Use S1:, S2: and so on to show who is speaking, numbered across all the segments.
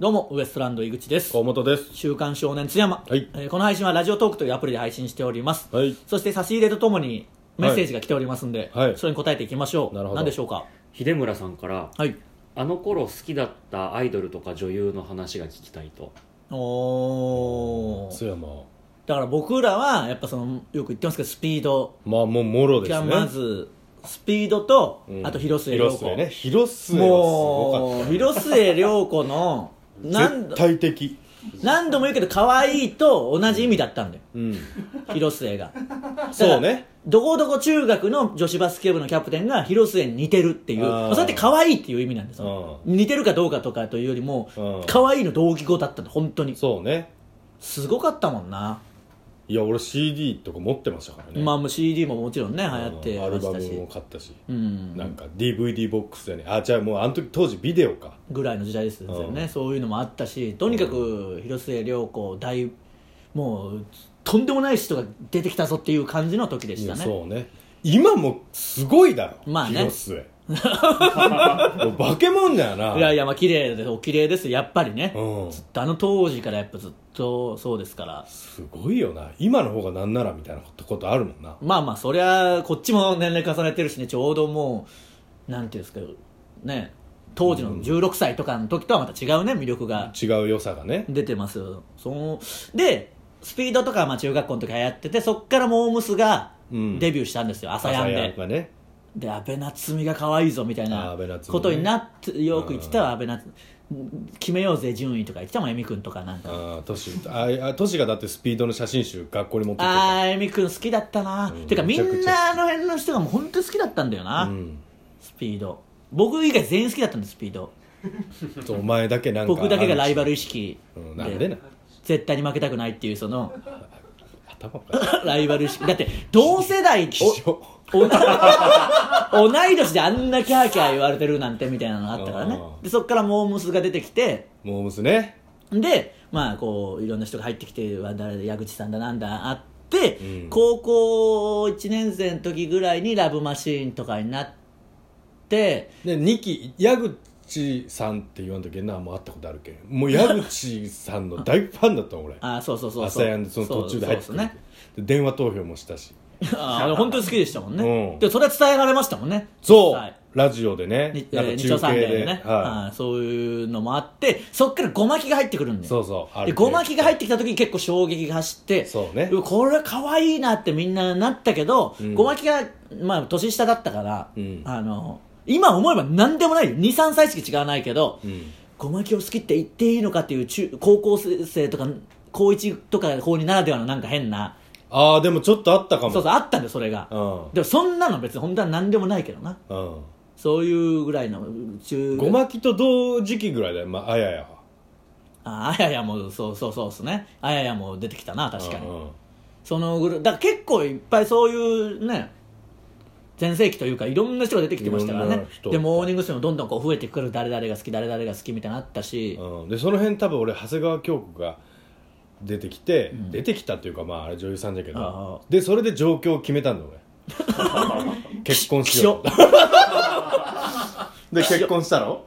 S1: どうもウエストランド井口です
S2: 河本です
S1: 週刊少年津山、
S2: はい
S1: えーこの配信はラジオトークというアプリで配信しております、
S2: はい
S1: そして差し入れとともにメッセージが来ておりますんで、
S2: はい
S1: それに答えていきましょう
S2: なるほど
S1: 何でしょうか
S3: 秀村さんから
S1: はい
S3: あの頃好きだったアイドルとか女優の話が聞きたいと
S1: おー
S2: 津山
S1: だから僕らはやっぱそのよく言ってますけどスピード
S2: まあもうもろです
S1: じゃ
S2: ね
S1: あまずスピードと、
S2: うん
S1: あと広末涼
S2: 広
S1: 子
S2: 末ね広末は
S1: もう
S2: すごかっ
S1: 広末涼子の
S2: たよ
S1: 何
S2: 絶
S1: 度
S2: 対的
S1: 何度も言うけど可愛いと同じ意味だったんだよ
S2: うん
S1: 広末 が
S2: そうね
S1: どこどこ中学の女子バスケ部のキャプテンが広末に似てるっていう
S2: あー
S1: まあそれって可愛いっていう意味なんですよ
S2: う
S1: 似てるかどうかとかというよりも
S2: うん
S1: 可愛いの同義語だったの本当に
S2: そうね
S1: すごかったもんな、
S2: いや俺 CD とか持ってましたからね
S1: まあもう CD ももちろんね流
S2: あ
S1: 行って
S2: ア
S1: ま
S2: ル
S1: し
S2: バ
S1: た
S2: ム
S1: し
S2: も買ったし
S1: うん
S2: なんか DVD ボックスでねあじゃあもうあの時当時ビデオか
S1: ぐらいの時代ですよね、
S2: うん
S1: そういうのもあったしとにかく広末涼子大もうとんでもない人が出てきたぞっていう感じの時でし
S2: い
S1: た
S2: や
S1: ね
S2: そうね今もすごいだろ
S1: まあね
S2: 広末もう化け物だよない
S1: いやいやまあ綺麗ですお綺麗ですやっぱりね、
S2: うん
S1: ずっとあの当時からやっぱずっとそうですから
S2: すごいよな今の方がなんならみたいなことあるもんな
S1: まあまあそりゃこっちも年齢重ねてるしねちょうどもうなんていうんですかね当時の16歳とかの時とはまた違うね魅力が
S2: 違う良さがね
S1: 出てますよそのでスピードとかはまあ中学校の時流行っててそっからモームスが
S2: うん
S1: デビューしたんですよ、朝やん
S2: 朝
S1: で
S2: やんがね
S1: で安倍夏実が可愛いぞみたい
S2: あ
S1: な
S2: 安倍夏実ね
S1: ことになってよく言ってたわ安倍夏実決めようぜ順位とか言ってたもん恵美君とかなんか
S2: ああトシああトシがだってスピードの写真集学校に持ってって
S1: あー恵美君好きだったな、
S2: ん
S1: てかみ
S2: めち
S1: ん
S2: ゃくちゃ
S1: なあの辺の人がもう本当に好きだったんだよな、
S2: うん
S1: スピード僕以外全員好きだったんですスピード
S2: そうお前だけなんか
S1: 僕だけがライバ
S2: ル
S1: ル意識
S2: うんなんでな
S1: 絶対に負けたくないっていうその
S2: 頭おかしい
S1: ライバル意識だって同世代
S2: 気象
S1: お同い年であんなキャーキャー言われてるなんてみたいなのがあったからね
S2: うん
S1: でそっからモームスが出てきて
S2: モームスね
S1: でまあこういろんな人が入ってきてわ誰だ矢口さんだなんだあって、
S2: うん
S1: 高校1年生の時ぐらいにラブマシーンとかになって
S2: で2期矢口さんって言わんとけなもう会ったことあるけんもう矢口さんの大ファンだったの俺
S1: あそうそうそう
S2: 朝
S1: そう
S2: やんでその途中で入ってく
S1: そうそう
S2: る
S1: そうね
S2: で電話投票もしたし
S1: あー本当に好きでしたもんね、
S2: うん
S1: でそれは伝えられましたもんね
S2: そ
S1: はいう
S2: ラジオでね
S1: にえ
S2: なんか
S1: ー日曜サンデーでね、
S2: は
S1: はいそういうのもあってそっからごまきが入ってくるん
S2: い
S1: で
S2: そうそうあ
S1: で
S2: る
S1: ごまきが入ってきた時に結構衝撃が走って
S2: そうね
S1: わこれは可愛いなってみんななったけど、
S2: うん
S1: ごまきが、まあ、年下だったから、
S2: うん
S1: あの今思えば何でもないよ23歳しか違わないけど、
S2: うん
S1: ごまきを好きって言っていいのかっていう中高校生とか高1とか高2ならではのなんか変な
S2: ああでもちょっとあったかも
S1: そうそうあったんだよそれが、
S2: うん
S1: でもそんなの別に本当は何でもないけどな
S2: うん
S1: そういうぐらいの中
S2: ごまきと同時期ぐらいだよ、まあ、あややは
S1: ああややもそうそうそうですねあややも出てきたな確かに、
S2: うんうん
S1: そのぐらいだから結構いっぱいそういうね全盛期というかいろんな人が出てきてましたから
S2: いろん
S1: ね
S2: な人
S1: でモーニング娘。もどんどんこう増えてくる誰々が好き誰々が好きみたいなのあったし、
S2: うん、でその辺多分俺長谷川京子が出てきて、出てきたっていうかまああれ女優さんだけ
S1: あ
S2: どでそれで上京を決めたんだ 俺結婚しよ
S1: き
S2: うで結婚したの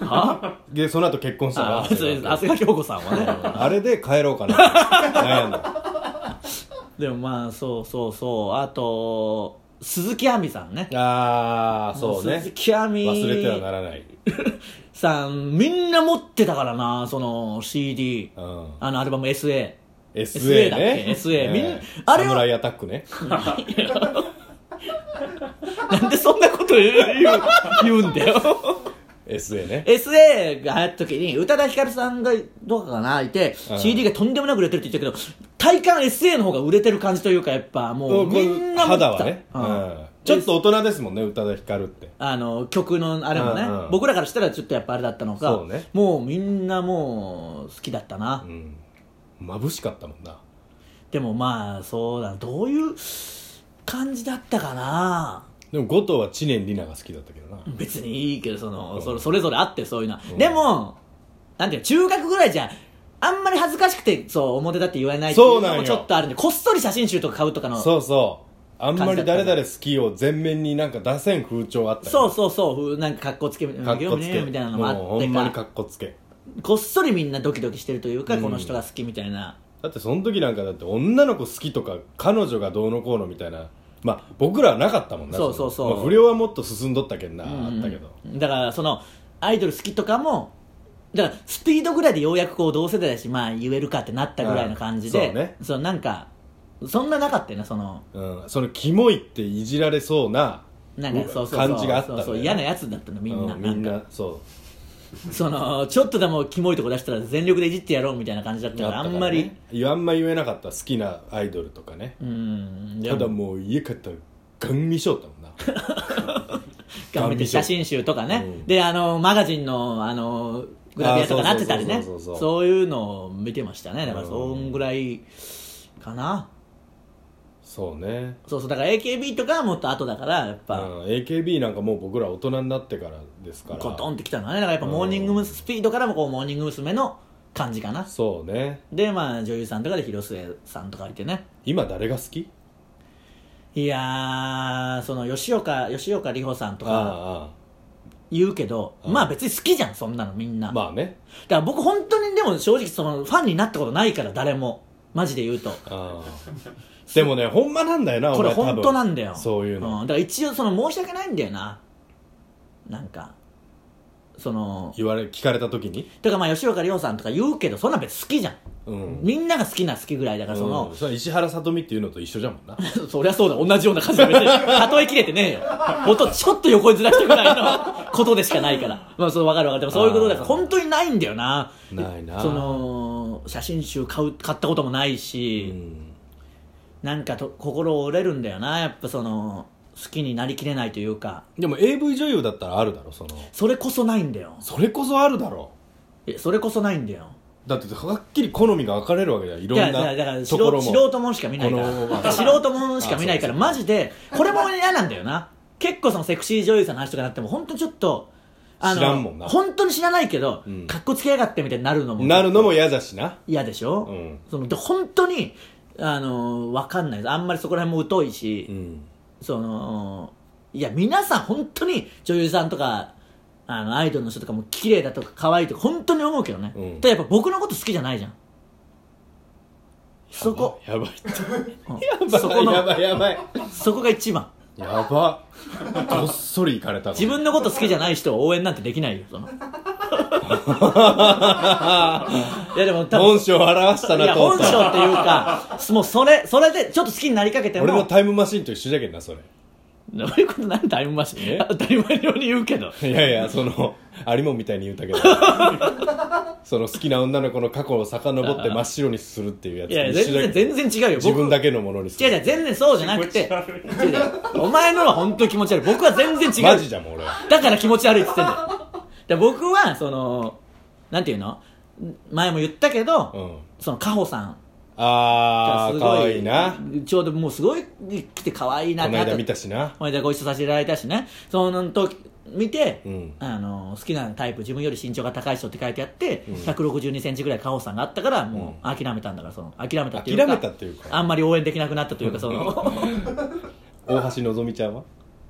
S1: は
S2: でその後結婚したの
S1: あ別に長
S2: あ
S1: 谷川京子さんは ね
S2: あれで帰ろうかなって悩んだ
S1: でもまあそうそうそうあと鈴木亜美さんね
S2: ああそうね
S1: 鈴木亜美
S2: 忘れてはならない、
S1: さんみんな持ってたからなその CD
S2: うん、
S1: あのアルバム SA SA
S2: SA
S1: だっ
S2: ね
S1: け SA みん
S2: ね
S1: あれは
S2: サムライアタックね
S1: なんでそんなこと言う言うんだよ
S2: SA ね
S1: SA が流行った時に宇多田ヒカルさんがどうかかないて
S2: うん
S1: CD がとんでもなく売れてるって言ってたけど体感 SA の方が売れてる感じというかやっぱもうみんな持ってた
S2: 肌はね、
S1: う
S2: うんん、ちょっと大人ですもんね宇多田ヒカルって
S1: あの曲のあれもね、
S2: うんうん
S1: 僕らからしたらちょっとやっぱあれだったのか
S2: そうね
S1: もうみんなもう好きだったな、
S2: うん眩しかったもんな
S1: でもまあそうだなどういう感じだったかな
S2: でも後藤は知念里奈が好きだったけどな、
S1: 別にいいけどその、
S2: うん
S1: それそれぞれあってそういうのは、
S2: うん
S1: でもなんていうの中学ぐらいじゃあんまり恥ずかしくてそう表だって言われないってい
S2: そううな
S1: の
S2: ん
S1: も
S2: よ
S1: ちょっとあるんでこっそり写真集とか買うとかのそう
S2: そうそうあんまり誰々好きを全面になんか出せん風潮あった
S1: そう
S2: う
S1: そうふうなんか格好つけみたいな
S2: かっこつけ
S1: みたいなのもあ
S2: もう
S1: っ
S2: ほ
S1: て
S2: んまにか
S1: か
S2: っこつけ
S1: こっそりみんなドキドキしてるというか、この人が好きみたいな
S2: だってその時なんかだって女の子好きとか彼女がどうのこうのみたいなまあ僕らはなかったもんな
S1: そうそうそう
S2: のまあ不良はもっと進んどったけんな、あったけど
S1: うんだからそのアイドル好きとかもだからスピードぐらいでようやくこう同世代だしまあ言えるかってなったぐらいの感じで、
S2: うんそうね
S1: のなんかそんななかったよねその
S2: うん、そのキモいっていじられそうな
S1: なんかそうそうそう
S2: 感じがあった
S1: そう
S2: んだよね
S1: そう嫌なやつだったのみんな,、
S2: うんみん
S1: なんか
S2: なそ
S1: そのちょっとでもキモいとこ出したら全力でいじってやろうみたいな感じだっ
S2: う
S1: たから
S2: な
S1: あ
S2: ったからね
S1: んまり
S2: いやあんま言えなかった好きなアイドルとかね
S1: うんで
S2: た
S1: も
S2: だもう家帰ったらガン見しよったもんな
S1: 頑張って写真集とかね、
S2: うん
S1: であのマガジンのあのグラビアとかなってたり
S2: あ
S1: ね
S2: そうそうそうそう
S1: そういうのを見てましたねだから
S2: うん
S1: そんぐらいかな、
S2: そうね
S1: そうそうだから AKB とかはもっと後だからやっ
S2: うん
S1: ぱ、
S2: AKB なんかもう僕ら大人になってからですから
S1: コトンってきたのはねだからやっぱモーニング娘、スピードからもこうモーニング娘。の感じかな
S2: そうね
S1: でまあ女優さんとかで広末さんとかいてね
S2: 今誰が好き
S1: いやーその吉岡吉岡里帆さんとか
S2: あ
S1: 言うけど
S2: ああ
S1: まあ別に好きじゃんそんなのみん
S2: ああ
S1: な
S2: あまあね
S1: だから僕本当にでも正直そのファンになったことないから誰もマジで言うと
S2: ああでもねほんまなんだよな
S1: これ
S2: 俺多分
S1: 本当なんだよ
S2: そういうの、
S1: んだから一応その申し訳ないんだよななんかその
S2: 言われ聞かれた時に
S1: とかまあ吉岡里帆さんとか言うけどそんな別に好きじゃん
S2: うん
S1: みんなが好きな好きぐらいだからその
S2: うん、それは石原さとみっていうのと一緒じゃもん な
S1: そりゃそうだ同じような感じで別に例えきれてねえよほんとちょっと横にずらしたぐらいのことでしかないからまあそう分かる分かるでもそういうことだから
S2: あー
S1: 本当にないんだよな
S2: ないな
S1: その写真集買う買ったこともないうし、
S2: ん
S1: なんかと心折れるんだよなやっぱその好きになりきれないというか
S2: でも AV 女優だったらあるだろその
S1: それこそないんだよ
S2: それこそあるだろ
S1: いやそれこそないんだよ
S2: だってはっきり好みが分かれるわけだよいろ
S1: いや
S2: ん
S1: だからだから
S2: な
S1: 素
S2: ところ
S1: 人
S2: も
S1: 素人もんしか見ないか
S2: この
S1: ら素人もんしか見ないから
S2: あそうそう
S1: マジでこれも嫌なんだよな結構そのセクシー女優さんの話とかになっても本当にちょっとあの
S2: 知らんもんな
S1: 本当に知らないけど、
S2: うん
S1: かっこつけやがってみたいになるのも
S2: なるのも嫌だしな
S1: 嫌でしょ、
S2: うん
S1: そので本当にあの分かんないですあんまりそこら辺も疎いし、
S2: うん
S1: そのいや皆さん本当に女優さんとかあのアイドルの人とかも綺麗だとか可愛いとか本当に思うけどね、
S2: うん
S1: ただやっぱ僕のこと好きじゃないじゃんそこ
S2: やばいって
S1: うんそ
S2: や
S1: こ
S2: ばいや
S1: の
S2: ばいやばい
S1: そこが一番
S2: やばどっそり行かれた
S1: 自分のこと好きじゃない人を応援なんてできないよそ のいやでも多分
S2: 本性を表した
S1: い
S2: な
S1: や
S2: と思
S1: 本
S2: っ
S1: 性
S2: た
S1: っていうかもうそれそれでちょっと好きになりかけても
S2: 俺のタイムマシンと一緒じゃけんな それ
S1: どういうことなんだタイムマシン
S2: え
S1: 当たり前のように言うけど
S2: いやいやその有もみたいに言うた けどその好きな女の子の過去を遡って真っ白にするっていうやつ
S1: いや
S2: と一緒じゃけ
S1: 全
S2: ん
S1: 然全然違うよ
S2: 自
S1: 僕
S2: 分だけのものにす
S1: 違う
S2: る
S1: 違う全然そうじゃなくて違う違うお前のは本当気持ち悪い僕は全然違う
S2: マジじゃもん俺は
S1: だから気持ち悪いって言ってんだよで僕はそのなんていうの前も言ったけど、
S2: うん
S1: そのカホさん
S2: あ
S1: が
S2: ー
S1: す
S2: かわ
S1: ご
S2: いいな
S1: ちょうどもうすごい来て可愛いな
S2: こ
S1: って
S2: の
S1: なっ
S2: 間見たしな
S1: この間ご一緒させていただいたしねその時見て、
S2: うん
S1: あの好きなタイプ自分より身長が高い人って書いてあって、
S2: うん
S1: 1 6 2センチぐらいカホさんがあったからもう諦めたんだからその諦めたってい
S2: 諦
S1: うか
S2: めたっていうか
S1: あんまり応援できなくなったというかその
S2: 大橋のぞみちゃんは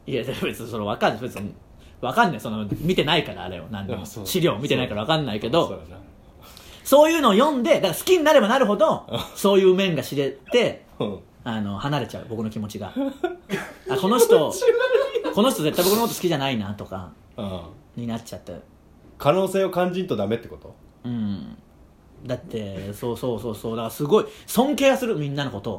S2: い
S1: や別にそのわかんない別にわかんないその見てないからあれを何でも
S2: あそう
S1: 資料見てないからわかんないけど
S2: そうだな
S1: そういうのを読んでだから好きになればなるほどそういう面が知れて
S2: うん
S1: あの離れちゃう僕の気持ちがあこの 人この人絶対僕のこと好きじゃないなとか
S2: うん
S1: になっちゃって
S2: 可能性を感じんとダメってこと
S1: うんだってそうそうそうそうだからすごい尊敬はするみんなのこと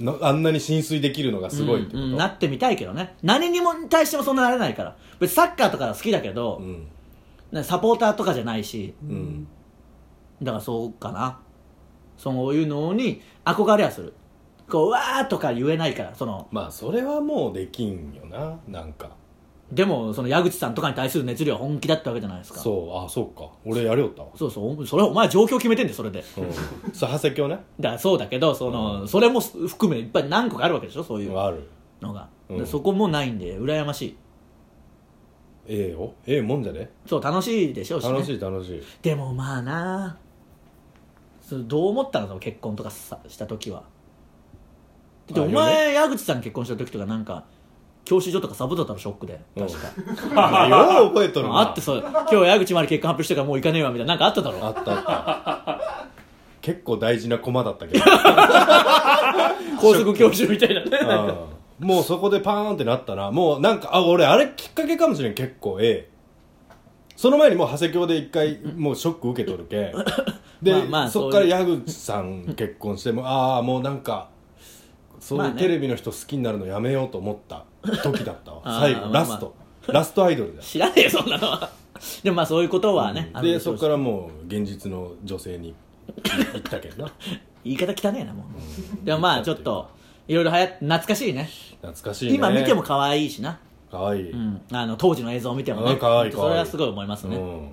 S1: を
S2: のあんなに浸水できるのがすごいってこと、
S1: うんうんなってみたいけどね何にも対してもそんななれないから別にサッカーとか好きだけど
S2: う、ん
S1: ねサポーターとかじゃないし
S2: うん
S1: だからそうかなそういうのに憧れはするこううわーとか言えないからその
S2: まあそれはもうできんよななんか
S1: でもその矢口さんとかに対する熱量は本気だったわけじゃないですか
S2: そうあそうか俺やりよったわ
S1: そうそうそれはお前状況決めてんでそれで
S2: うんそう長谷京ね
S1: だからそうだけどその、
S2: うん
S1: それも含めいっぱい何個かあるわけでしょそういう
S2: ある
S1: のが、
S2: うん
S1: でそこもないんで羨ましい
S2: ええよええもんじゃね
S1: そう楽しいでしょうし、ね、
S2: 楽しい楽しい
S1: でもまあなそうどう思ったのその結婚とかさした時はだって
S2: あ
S1: お前、矢口さん結婚した時とかなんか教習所とかサボってたのショックで
S2: うん
S1: 確か、
S2: よう覚えと るな
S1: あってそう今日矢口まで結果発表してからもう行かねえわみたいななんかあっただろ
S2: あったあった結構大事な駒だったけど
S1: 高速教習みたいなね
S2: うんもうそこでパーンってなったなもうなんかあ俺あれきっかけかもしれん結構ええその前にもう長谷京で一回もうショック受けとるけ で、
S1: まあまあ
S2: そ
S1: そ
S2: っか
S1: うい
S2: ら
S1: う
S2: 矢口さん結婚してもうああもうなんかそう
S1: ま
S2: い
S1: あ
S2: う
S1: ね
S2: テレビの人好きになるのやめようと思った時だったわ
S1: あー
S2: 最後
S1: まあ
S2: ラ
S1: まあ
S2: ストラストアイドルだ
S1: 知らねえよそんなのはでもまあそういうことはね、ある
S2: で
S1: でしょ
S2: そうっ
S1: し
S2: からもう現実の女性に行ったけどな
S1: 言い方汚ねえなもうでもまあちょっといろいろはや懐かしいね
S2: 懐かしいね
S1: 今見ても可愛いしな、
S2: かわいい、
S1: うん、あの当時の映像を見てもね
S2: あ可愛い
S1: それはすごい思いますね、
S2: うん